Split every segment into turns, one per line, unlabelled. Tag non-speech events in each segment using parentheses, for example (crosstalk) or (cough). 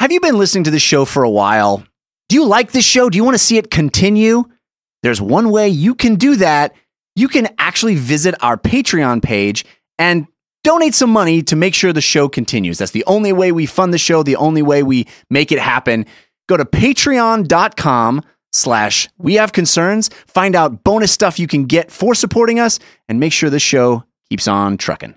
have you been listening to this show for a while? Do you like this show? Do you want to see it continue? There's one way you can do that. You can actually visit our Patreon page and donate some money to make sure the show continues. That's the only way we fund the show, the only way we make it happen. Go to patreon.com slash we have concerns, find out bonus stuff you can get for supporting us, and make sure the show keeps on trucking.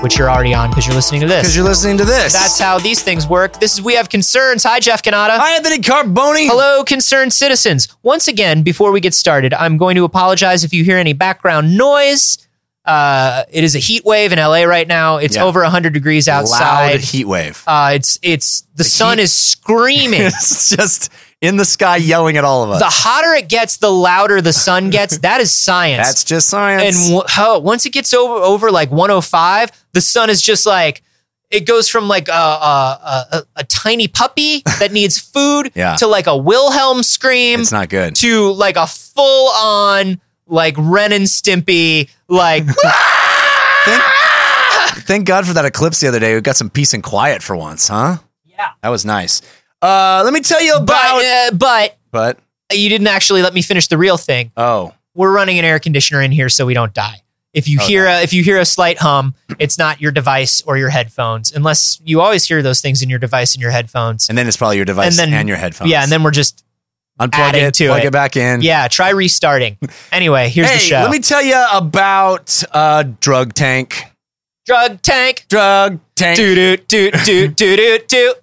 which you're already on because you're listening to
Because
this.
you're listening to this.
That's how these things work. This is We Have Concerns. Hi, Jeff Canada.
Hi, Anthony Carboni.
Hello, concerned citizens. Once again, before we get started, I'm going to apologize if you hear any background noise. Uh, it is a heat wave in LA right now. It's
Yeah.
over 100 degrees outside.
Loud heat
(laughs)
wave.
Uh, it's it's the, sun
heat- (laughs)
is screaming.
it's just in the sky yelling at all of us.
the hotter it gets, the louder the sun gets. That is science.
That's just science.
and w- oh, once it gets over over like 105, the sun is just like it goes from like a a, a, a
(laughs)
tiny puppy that needs food
Yeah.
to like a Wilhelm scream
it's not good.
to like a full on like Ren and Stimpy
(laughs)
like (laughs)
Thank, thank God for that eclipse the other day. We got some peace and quiet for once, huh? Yeah. That was nice. Uh, let me tell you
but
about.
uh, but
but
you didn't actually let me finish the real thing.
oh,
We're running an air conditioner in here so we don't die. If you hear a, if you hear a slight hum, it's not your device or your headphones unless you always hear those things in your device and your headphones.
and then it's probably your device
And
and,
then-
your headphones.
Yeah, and then we're just
unplug
adding
it,
to
plug
it.
it. back in.
Yeah,
(laughs)
try restarting. Anyway, here's
hey,
the show.
let me tell you about uh, Drug Tank.
Drug tank.
Drug Tank.
Do do do do do do do.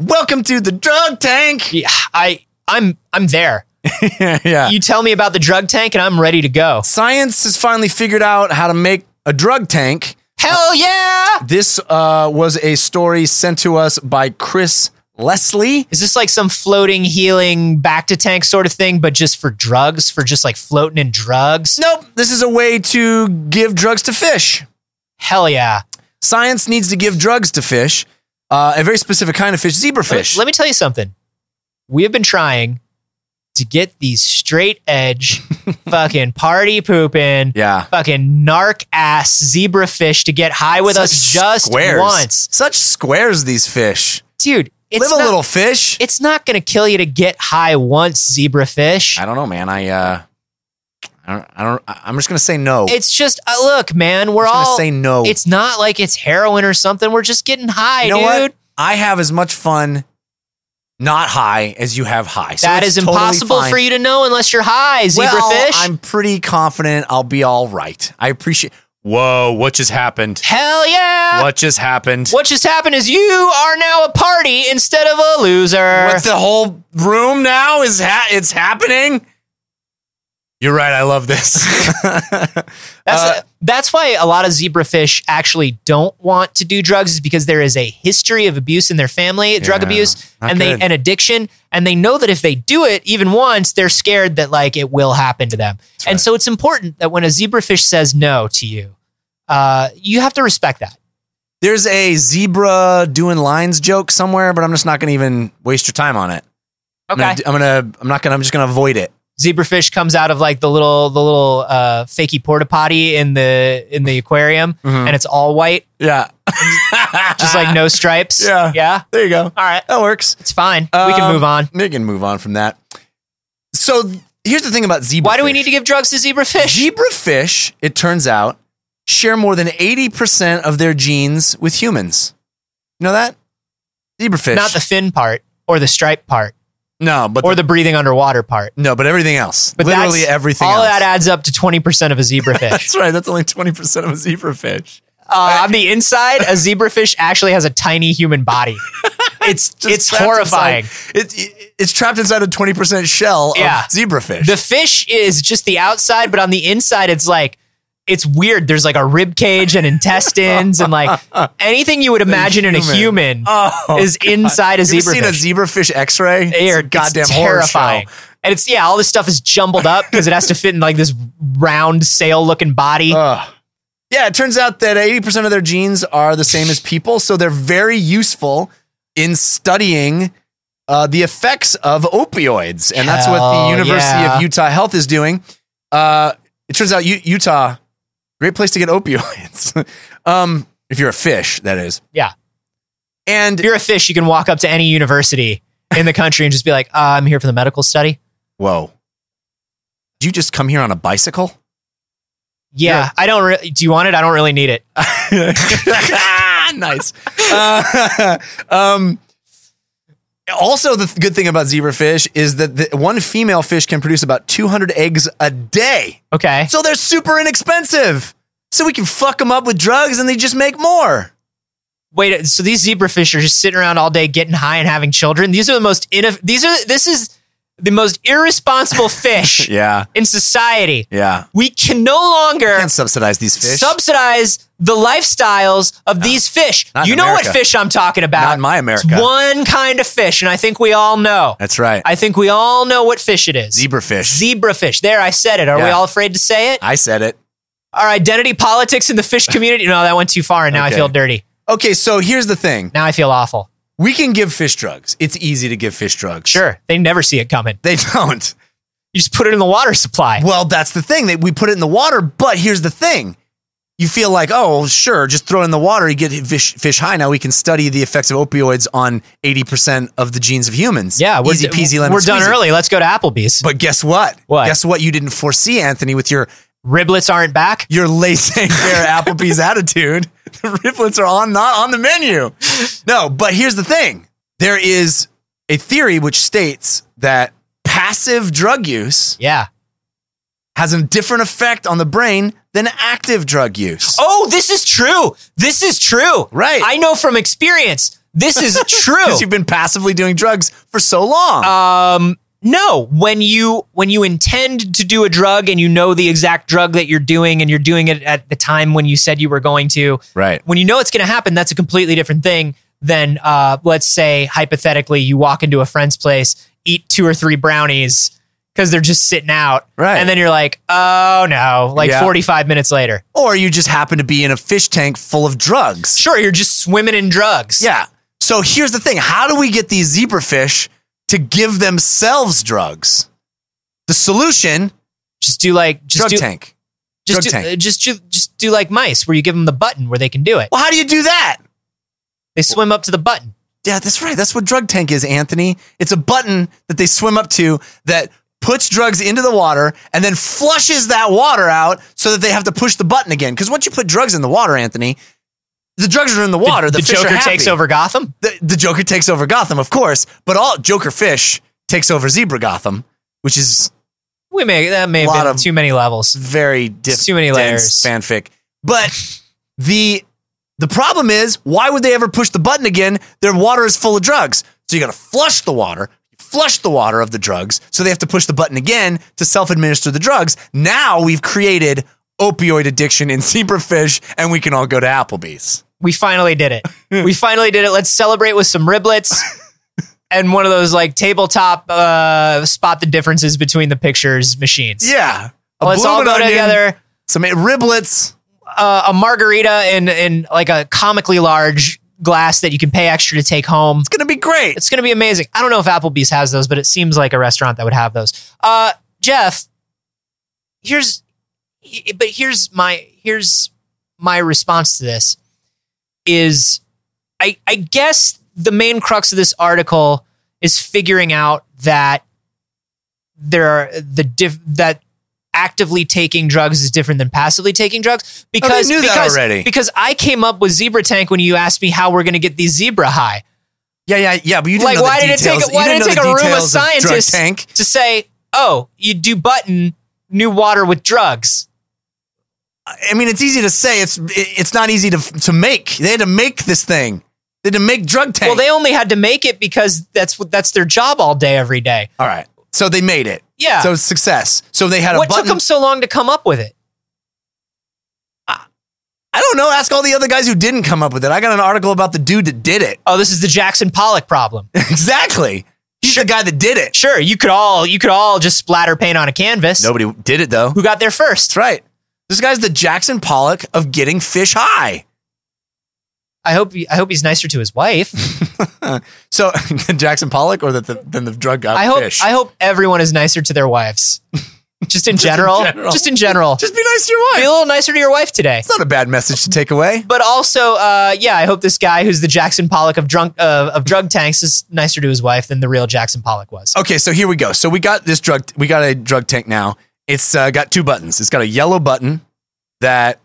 Welcome to the Drug Tank.
Yeah, I I'm I'm there.
(laughs) yeah.
You tell me about the drug tank and I'm ready to go.
Science has finally figured out how to make a drug tank.
Hell yeah!
This uh, was a story sent to us by Chris Leslie.
Is this like some floating healing back to tank sort of thing, but just for drugs, for just like floating in drugs?
Nope, this is a way to give drugs to fish.
Hell yeah.
Science needs to give drugs to fish, uh, a very specific kind of fish, zebrafish.
Let me tell you something. We have been trying to get these straight
(laughs)
edge fucking party pooping
yeah.
fucking narc ass zebrafish to get high with us
Such
just
squares.
once.
Such squares, these fish.
Dude, it's
Live
not,
a little fish.
it's not gonna kill you to get high once, zebrafish.
I don't know, man. I, uh, I don't, I don't, I- I'm just going to say no.
It's just uh, look, man, we're
I'm just
all
gonna say no.
it's not like it's heroin or something. We're just getting high,
you know
dude.
what? I have as much fun not high as you have high. So
that
it's
is
totally
impossible
fine.
for you to know unless you're high, zebrafish.
Well, I'm pretty confident I'll be all right. I appreciate. Whoa! What just happened?
Hell yeah.
What just happened?
What just happened is you are now a party instead of a loser.
What (laughs) the whole room now is ha- it's happening. You're right. I love this.
That's
Uh,
that's why a lot of zebrafish actually don't want to do drugs is because there is a history of abuse in their family, drug
Yeah,
abuse,
not
and
good.
they and addiction, and they know that if they do it even once, they're scared that like it will happen to them. and so it's important that when a zebrafish says no to you, uh, you have to respect that.
(laughs) There's a zebra doing lines joke somewhere, but I'm just not going to even waste your time on it. I'm gonna, do-
Okay.
I'm gonna. I'm not gonna. I'm just gonna avoid it.
zebrafish comes out of like the little the little uh, fakey porta potty in the in the aquarium,
Mm-hmm.
and it's all white,
Yeah.
just like no stripes.
Ah. Yeah.
yeah.
There you go.
All right,
That works.
it's fine. we can
Um,
move on.
We can move on from that. So th- here's the thing about zebra.
Why do we need to give drugs to zebrafish?
zebrafish? It turns out share more than eighty percent of their genes with humans. You know that zebrafish?
Not the fin part or the stripe part
no, but
or the breathing underwater part.
no, but everything else.
But
literally
that's,
everything.
All
else.
that adds up to twenty percent of a zebrafish.
That's right. That's only twenty percent of a zebrafish.
(laughs) uh, on the inside, a zebrafish actually has a tiny human
(laughs)
body. It's
Just
it's
trapped
horrifying.
inside- It, it- it's trapped inside a twenty percent shell
Yeah.
of zebrafish.
The fish is just the outside, but on the inside, it's like it's weird. There's like a rib cage and intestines
(laughs)
and like anything you would imagine in a human
oh,
is inside a
you ever
zebrafish.
seen a zebrafish X-ray? It's a
air.
goddamn
it's
horror
terrifying.
show.
And it's yeah, all this stuff is jumbled up because it has to fit in like this round sail looking body.
Ugh. Yeah, it turns out that 80% of their genes are the same as people, so they're very useful in studying
uh, the effects of opioids, and that's what the
Hell
University
yeah.
of Utah Health is doing. Uh, it turns out U- Utah, great place to get (laughs) opioids. um, if you're a fish, that is.
Yeah.
And
If you're a fish, you can walk up to any university in the country and just be like, uh, I'm here for the medical study.
whoa, did you just come here on a bicycle?
Yeah, I don't really. Do you want it? I don't really need it.
(laughs) nice. Uh, (laughs) um, also, the th- good thing about zebrafish is that the, one female fish can produce about 200 eggs a day.
Okay.
So they're super inexpensive. So we can fuck them up with drugs and they just make more.
Wait, so these zebrafish are just sitting around all day getting high and having children? These are the most ineff- these are this is the most
(laughs)
irresponsible fish
Yeah.
in society.
Yeah.
We can no longer
Can't subsidize these fish.
subsidize the lifestyles of these fish.
Not in
you know
America.
what fish I'm talking about?
Not in my America.
It's one kind of fish, and I think we all know.
That's right.
I think we all know what fish it is.
zebrafish.
Zebrafish. There, I said it. Are we
Yeah.
all afraid to say it?
I said it.
Our identity politics in the
(laughs)
fish community. No, that went too far, and now
Okay.
I feel dirty.
Okay, so here's the thing.
Now I feel awful.
We can give fish drugs. It's easy to give fish drugs.
Sure, they never see it coming.
They (laughs) don't.
You just put it in the water supply.
Well, that's the thing that we put it in the water. But here's the thing: you feel like, oh, well, sure, just throw it in the water, you get fish, fish high. Now we can study the effects of opioids on eighty percent of the genes of humans.
Yeah, we're,
easy peasy lemon
we're done
squeezy.
early. Let's go to Applebee's.
But guess what?
What?
Guess what? You didn't foresee Anthony with your
Riblets aren't back.
your (laughs) laissez faire Applebee's attitude. (laughs) The riblets are on not on the menu. No, but here's the thing: there is a theory which states that passive drug use
Yeah.
has a different effect on the brain than active drug use.
Oh, this is true. This is true.
Right.
I know from experience. This
(laughs)
is true.
Because you've been passively doing drugs for so long.
um no when you when you intend to do a drug and you know the exact drug that you're doing and you're doing it at the time when you said you were going to
right.
when you know it's going to happen that's a completely different thing than uh let's say hypothetically you walk into a friend's place eat two or three brownies because they're just sitting out
Right.
and then you're like oh no like
Yeah.
45 minutes later
Or you just happen to be in a fish tank full of drugs.
sure you're just swimming in drugs
Yeah. So here's the thing how do we get these zebrafish to give themselves drugs? The solution
just do like just
drug
do
tank.
just
Drug
do,
tank.
uh, just do just do like mice where you give them the button where they can do it
Well, how do you do that?
they swim up to the button
Yeah, that's right. That's what drug tank is, Anthony. It's a button that they swim up to that puts drugs into the water and then flushes that water out so that they have to push the button again. Because once you put drugs in the water, Anthony, the drugs are in the water. The,
the,
fish are
Joker
happy.
takes over Gotham.
The, the Joker takes over Gotham, of course, but all Joker fish takes over Zebra Gotham, which is
We may that may have
Lot
been
of-
too many levels.
very diff-
It's too many
dense
layers.
fanfic. But the the problem is, why would they ever push the button again? Their water is full of drugs, so you got to flush the water, flush the water of the drugs, so they have to push the button again to self administer the drugs. Now we've created opioid addiction in (laughs) zebrafish, and we can all go to Applebee's.
We finally did
(laughs)
it. we finally did it. Let's celebrate with some riblets and one of those like tabletop uh, spot the differences between the pictures machines.
Yeah, a
Let's all
bloomin'
go
onion,
together.
Some riblets.
Uh, a margarita in in like a comically large glass that you can pay extra to take home.
It's gonna be great.
It's going to be amazing. I don't know if Applebee's has those, but it seems like a restaurant that would have those. Uh, Jeff, here's, he- but here's my here's my response to this is, I I guess the main crux of this article is figuring out that there are the diff that actively taking drugs is different than passively taking drugs because
Oh, knew that
because
already.
because I came up with zebra tank when you asked me how we're going to get these zebra high
Yeah, yeah, yeah. But you didn't
Like,
know the
why did it take-
details. You
why
didn't
did it
know the
take a room of
details drug
scientists-
Tank.
to say, oh, you do button new water with drugs.
I mean, it's easy to say. It's it's not easy to to make. They had to make this thing. They had to make drug tank.
Well, they only had to make it because that's what that's their job all day, every day.
all right. So they made it.
Yeah.
So it's success. So they had
Ah.
a
what took
button.
them so long to come up with it?
I don't know. Ask all the other guys who didn't come up with it. I got an article about the dude that did it. (laughs)
Oh, this is the Jackson Pollock problem.
exactly. He's the guy that did it.
sure, you could all you could all just splatter paint on a canvas.
Nobody did it though.
Who got there first?
That's right. This guy's the Jackson Pollock of getting fish high.
I hope he, I hope he's nicer to his
(laughs)
wife.
(laughs) So (laughs) than Jackson Pollock or that the, than the drug guy?
I hope
Fish?
I hope everyone is nicer to their
(laughs)
wives. Just in, general,
general.
Just in general.
Just be nice to your
be
wife.
a little nicer to your wife today.
It's not a bad message to take away.
But also, uh, yeah, I hope this guy who's the Jackson Pollock of drunk uh, of drug tanks is nicer to his wife than the real Jackson Pollock was.
Okay, so here we go. So we got this drug. We got a drug tank now. It's uh, got two buttons. It's got a yellow button that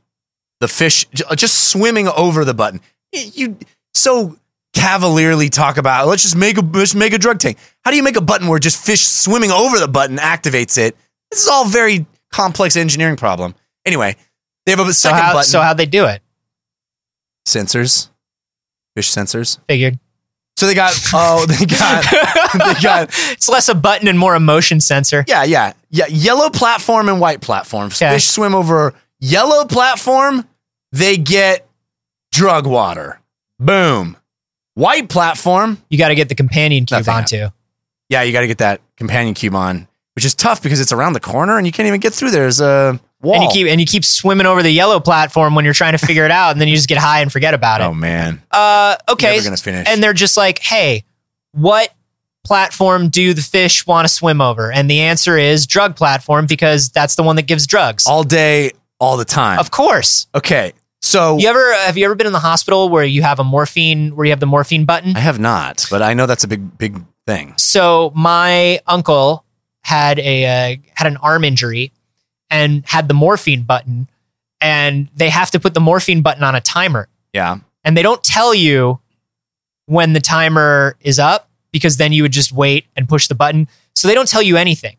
the fish j- uh, just swimming over the button. Y- You so cavalierly talk about. Let's just make a let's make a drug tank. How do you make a button where just fish swimming over the button activates it? This is all very complex engineering problem. Anyway, they have a
So
second
how
button.
so how they do it?
sensors, fish sensors.
Figured.
So they got oh
(laughs)
they got (laughs) they got
it's less a button and more a motion sensor.
yeah yeah yeah yellow platform and white platform.
Okay.
Fish swim over yellow platform, they get drug water. Boom. White platform,
You got to get the companion cube
Nothing
onto.
yeah, you got to get that companion cube on, which is tough because it's around the corner and you can't even get through. There's a wall.
And you keep and you keep swimming over the yellow platform when you're trying to figure it out, and then you just get high and forget about
oh
it.
man,
Uh, okay,
never gonna finish.
and they're just like, hey, what platform do the fish want to swim over? And the answer is drug platform because that's the one that gives drugs.
all day, all the time.
Of course.
Okay, so
You ever uh, have you ever been in the hospital where you have a morphine where you have the morphine button?
I have not, but I know that's a big big thing.
So my uncle had a uh, had an arm injury and had the morphine button, and they have to put the morphine button on a timer.
Yeah.
and they don't tell you when the timer is up because then you would just wait and push the button. So they don't tell you anything.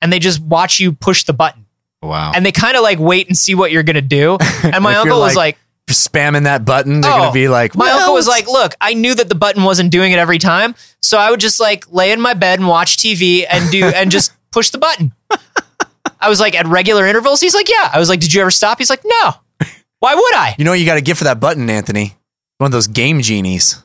And they just watch you push the button.
Wow.
And they kind of like wait and see what you're going to
(laughs)
do. And my
If
uncle
you're
was like,
spamming that button, they're
Oh,
gonna be like,
my
"Well,
uncle was like, look, I knew that the button wasn't doing it every time. So I would just like lay in my bed and watch TV and do, and
(laughs)
just push the button. I was like, at regular intervals? He's like, yeah. I was like, did you ever stop? He's like, no. Why would I?
you know, what you got to get for that button, Anthony. One of those game genies.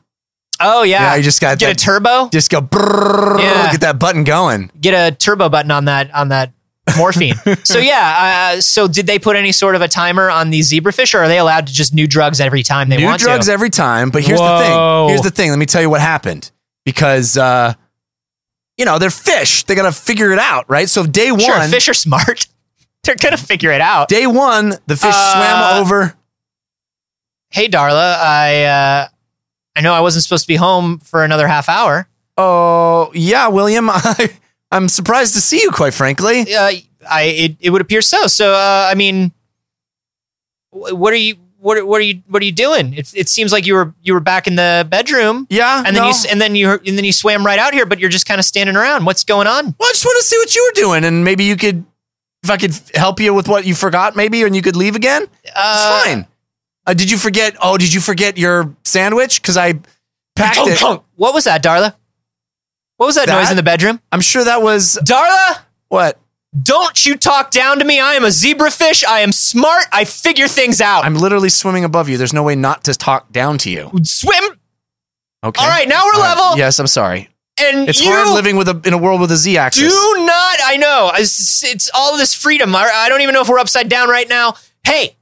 Oh, yeah.
Yeah, you just got
Get a
that,
turbo.
just go brrrr,
Yeah.
get that button going.
get a turbo button on that on that morphine.
(laughs)
so yeah, uh, so did they put any sort of a timer on these zebrafish, or are they allowed to just new drugs every time they
New
want
drugs
to?
every time, but here's the
Whoa.
thing. Here's the thing. Let me tell you what happened because uh, you know they're fish. They got to figure it out, right? So day one,
sure, fish are smart. (laughs) They're gonna figure it out.
day one, the fish
Uh,
swam over.
Hey, Darla, I uh, I know I wasn't supposed to be home for another half hour.
Oh yeah, William, (laughs) I, I'm surprised to see you, quite frankly.
Uh, I it, it would appear so. So uh, I mean, wh- what are you what are, what are you what are you doing? It, it seems like you were you were back in the bedroom.
Yeah,
And then you
no.
s- and then you and then you swam right out here, but you're just kind of standing around. What's going on?
well, I just want to see what you were doing, and maybe you could, if I could help you with what you forgot, maybe, and you could leave again.
Uh,
it's fine. Uh, did you forget? Oh, did you forget your sandwich? Because I packed
Oh,
it.
What was that, Darla? What was that,
That?
noise in the bedroom?
I'm sure that was
Darla,
what.
don't you talk down to me. I am a zebrafish. I am smart. I figure things out.
I'm literally swimming above you. There's no way not to talk down to you.
Swim.
Okay.
All right, now we're
All right.
level.
Yes, I'm sorry.
And
It's
you
hard living with a in a world with a Z
do
axis.
not, I know. It's, it's all this freedom. I, I don't even know if we're upside down right now. Hey,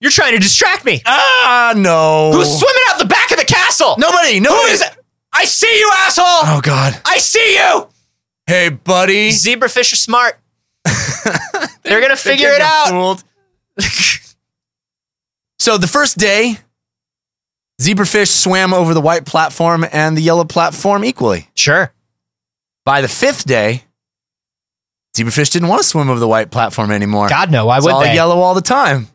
you're trying to distract me.
Ah, no.
Who's swimming out the back of the castle?
Nobody. Nobody.
Who is it? I see you, asshole.
Oh God.
I see you.
Hey, buddy.
Zebrafish are smart.
(laughs)
They're going to figure
They're
it
getting
out.
fooled. so the first day, zebrafish swam over the white platform and the yellow platform equally.
Sure.
By the fifth day, zebrafish didn't want to swim over the white platform anymore.
God no, why
it's
would
all
they?
yellow all the time.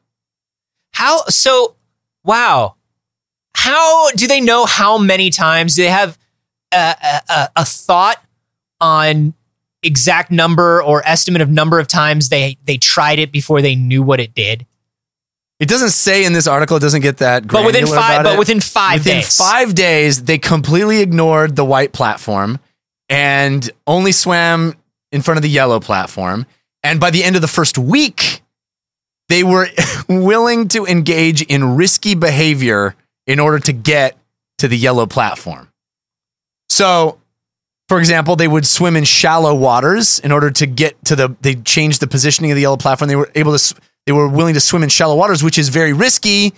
How so? Wow. How do they know how many times do they have a, a, a- a thought on exact number or estimate of number of times they they tried it before they knew what it did?
It doesn't say in this article. It doesn't get that.
But within
granular
five,
about
but
it.
within five
within
days,
five days, they completely ignored the white platform and only swam in front of the yellow platform. And by the end of the first week, they were (laughs) willing to engage in risky behavior in order to get to the yellow platform. So, for example, they would swim in shallow waters in order to get to the. They changed the positioning of the yellow platform. They were able to. sw- They were willing to swim in shallow waters, which is very risky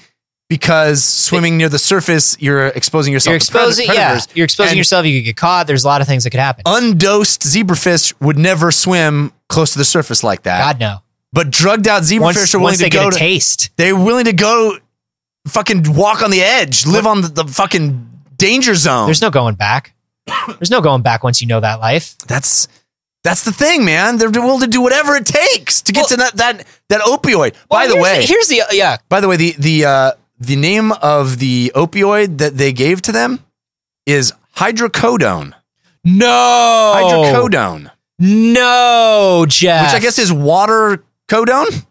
because swimming near the surface, you're exposing yourself
You're
to pred-
exposing, yeah,
predators.
you're exposing
And- Uh,
yourself. You could get caught. There's a lot of things that could happen.
Undosed zebrafish would never swim close to the surface like that.
God no.
But drugged out zebrafish
Once,
are willing
once
to
they
go
get a
to,
taste,
they're willing to go fucking walk on the edge, live on the, the fucking danger zone.
there's no going back. There's no going back once you know that life.
that's that's the thing, man. They're willing to do whatever it takes to get
Well-
to that that that opioid. By
Well,
the
here's
way,
here's the uh, yeah.
by the way, the the uh, the name of the opioid that they gave to them is hydrocodone.
No
Hydrocodone,
No, Jeff.
which I guess is water codone.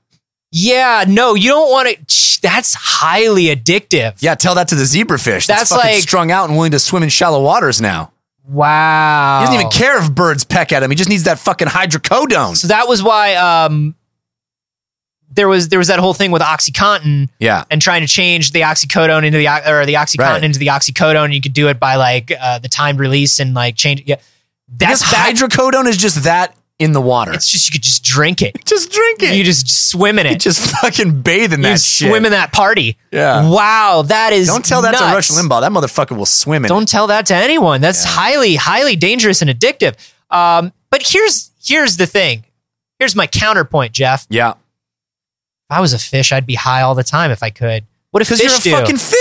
Yeah, no, you don't want to. That's highly addictive.
Yeah, tell that to the zebrafish.
That's
That's, fucking
like-
strung out and willing to swim in shallow waters now.
Wow.
He doesn't
Oh.
even care if birds peck at him. He just needs that fucking hydrocodone.
So that was why um, there was there was that whole thing with OxyContin
Yeah.
and trying to change the oxycodone into the o- or the oxycontin
Right.
into the oxycodone. You could do it by like uh, the timed release and like change. Yeah,
That's
that's bad.
hydrocodone is just that in the water.
it's just you could just drink it.
just drink
You just swim in
You
it.
just fucking bathe in
You
that shit.
swim in that party.
Yeah.
Wow, that is.
Don't tell that to Rush
nuts.
Limbaugh. That motherfucker will swim in. it.
Don't tell that to anyone. That's
Yeah.
highly, highly dangerous and addictive. Um, but here's here's the thing. Here's my counterpoint, Jeff. If
Yeah.
I was a fish, I'd be high all the time if I could. What if fish
Because you're a
do?
fucking
It's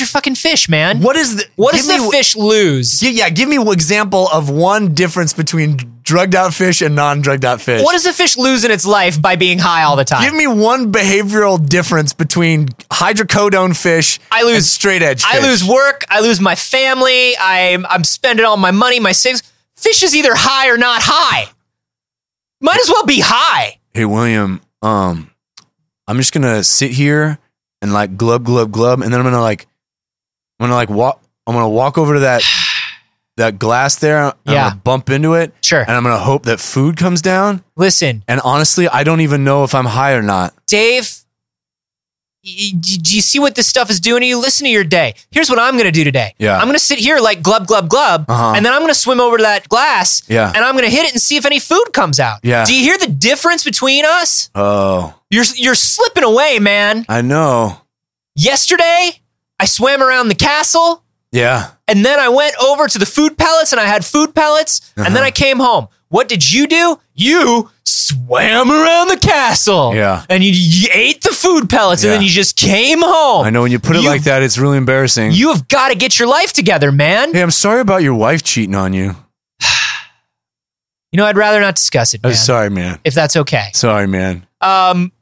your
fish.
fucking fish, man. What,
What is the
does
give
the
me-
fish lose?
gi- yeah, give me an example of one difference between drugged out fish and non drugged out fish.
What does the fish lose in its life by being high all the time?
Give me one behavioral difference between hydrocodone fish
I lose-
and straight edge
I
fish.
lose work. I lose my family. I'm I'm spending all my money, my savings. Fish is either high or not high. Might as well be high.
Hey William, um I'm just gonna sit here and like glub glub glub and then I'm gonna like I'm gonna like walk I'm gonna walk over to that (sighs) that glass there and
Yeah.
I'm gonna bump into it
Sure.
and I'm gonna hope that food comes down.
Listen,
And honestly, I don't even know if I'm high or not.
Dave, y- y- do you see what this stuff is doing to you? Listen to your day. Here's what I'm going to do today.
Yeah.
I'm going to sit here like glub, glub, glub,
Uh-huh.
and then I'm going to swim over to that glass
Yeah.
and I'm going to hit it and see if any food comes out.
Yeah.
Do you hear the difference between us?
Oh,
You're, you're slipping away, man.
I know.
Yesterday, I swam around the castle
Yeah.
and then I went over to the food pellets and I had food pellets and then
Uh-huh.
I came home. What did you do? You swam around the castle.
Yeah.
And you, you ate the food pellets and then
Yeah.
you just came home.
I know when you put it
You-
like that, it's really embarrassing.
You have got to get your life together, man.
hey, I'm sorry about your wife cheating on you.
You know, I'd rather not discuss it,
I'm
man.
Uh, sorry, man.
If that's okay.
Sorry, man.
Um,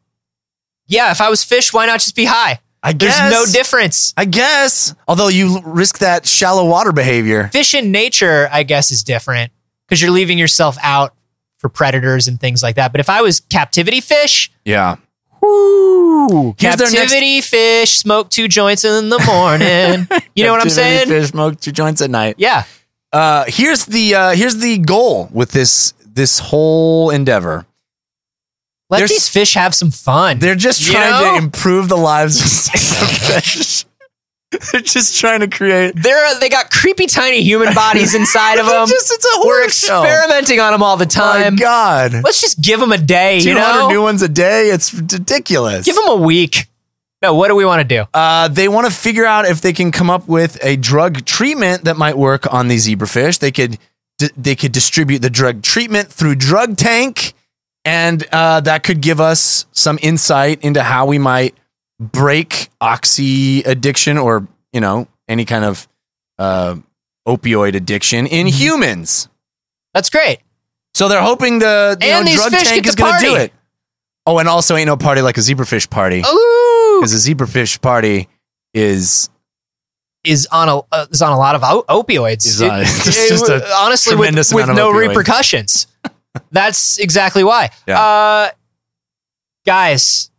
yeah, if I was fish, why not just be high?
I
There's
guess
no difference.
I guess. Although you l- risk that shallow water behavior.
Fish in nature, I guess, is different because you're leaving yourself out for predators and things like that. But if I was captivity fish,
Yeah. Here's their next-
captivity fish, smoke two joints in the
(laughs)
morning. you know what I'm
Captivity
saying?
Fish smoke two joints at night.
Yeah.
Uh, here's the uh, here's the goal with this this whole endeavor.
Let
There's-
these fish have some fun.
They're just
You
trying
know?
to improve the lives of zebrafish. (laughs) They're just trying to create.
They're they got creepy tiny human bodies inside
(laughs)
of them.
Just, it's a
We're
horror show.
experimenting on them all the time.
My God,
Let's just give them a day, you
two hundred
know?
new ones a day. It's ridiculous.
give them a week. No, what do we want to do?
Uh, they want to figure out if they can come up with a drug treatment that might work on these zebrafish. They could d- they could distribute the drug treatment through Drug Tank, and uh, that could give us some insight into how we might break oxy addiction or you know any kind of uh, opioid addiction in
Mm-hmm.
humans.
That's great.
So they're hoping the you
And
know,
these
Drug
fish
Tank
get
is
to
going to do
party. Oh.
it. Oh, and also ain't no party like a zebrafish party
Ooh.
because a zebrafish party is
Is on a uh, is on a lot of o- opioids.
Is on- (laughs) it's just a
honestly with,
tremendous
with
amount of
no
opioids.
repercussions. (laughs) That's exactly why.
Yeah.
Uh guys,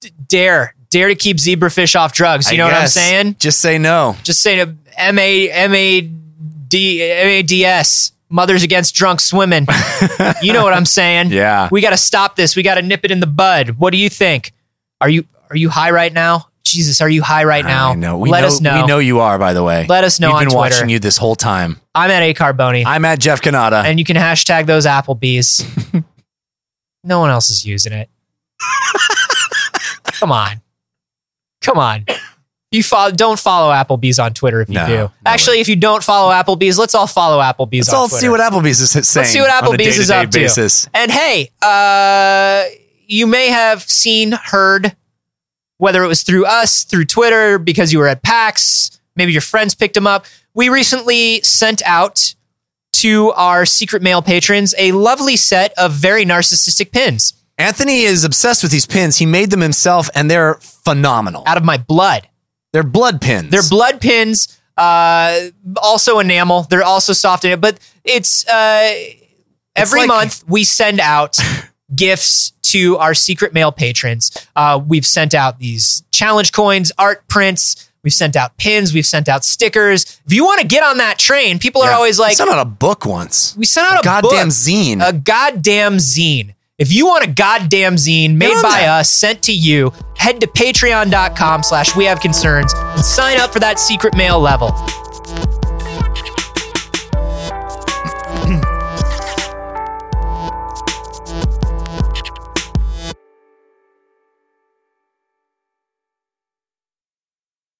d- dare dare to keep zebrafish off drugs. You
I
know what I'm
guess.
saying?
Just say no.
Just say to M A M A D M A D S Mothers Against Drunk
(laughs)
Swimming. you know what I'm saying?
Yeah.
We got to stop this. We got to nip it in the bud. What do you think? Are you are you high right now? Jesus, are you high right now?
I know. We
Let
know,
us know.
We know you are, by the way.
Let us know
We've
on
been
Twitter.
watching you this whole time.
I'm at A Carboni,
I'm at Jeff Canada.
and you can hashtag those Applebee's.
(laughs)
no one else is using it. Come on. Come on. You follow, don't follow Applebee's on Twitter if you
No,
do.
no
Actually, if you don't follow Applebee's, let's all follow Applebee's
Let's
on
all
Twitter.
see what Applebee's is saying.
Let's see what
on a
Applebee's is up
day-to-day
to.
Basis.
And hey, uh, you may have seen, heard, whether it was through us, through Twitter, because you were at PAX, maybe your friends picked them up. We recently sent out to our secret mail patrons a lovely set of very narcissistic pins
Anthony is obsessed with these pins. He made them himself, and they're phenomenal.
out of my blood.
They're blood pins.
They're blood pins, uh, also enamel. They're also soft, enamel, but it's uh, every
like-
month we send
(laughs)
out gifts to our secret mail patrons. Uh, we've sent out these challenge coins, art prints. We've sent out pins. We've sent out stickers. If you want to get on that train, people are
Yeah.
always
I
like,
sent out a book once.
"We sent out a
Goddamn
book, Uh,
zine.
a goddamn zine." If you want a goddamn zine made
on
by
that.
us, sent to you, head to patreon.com slash we have concerns and sign up for that secret mail level.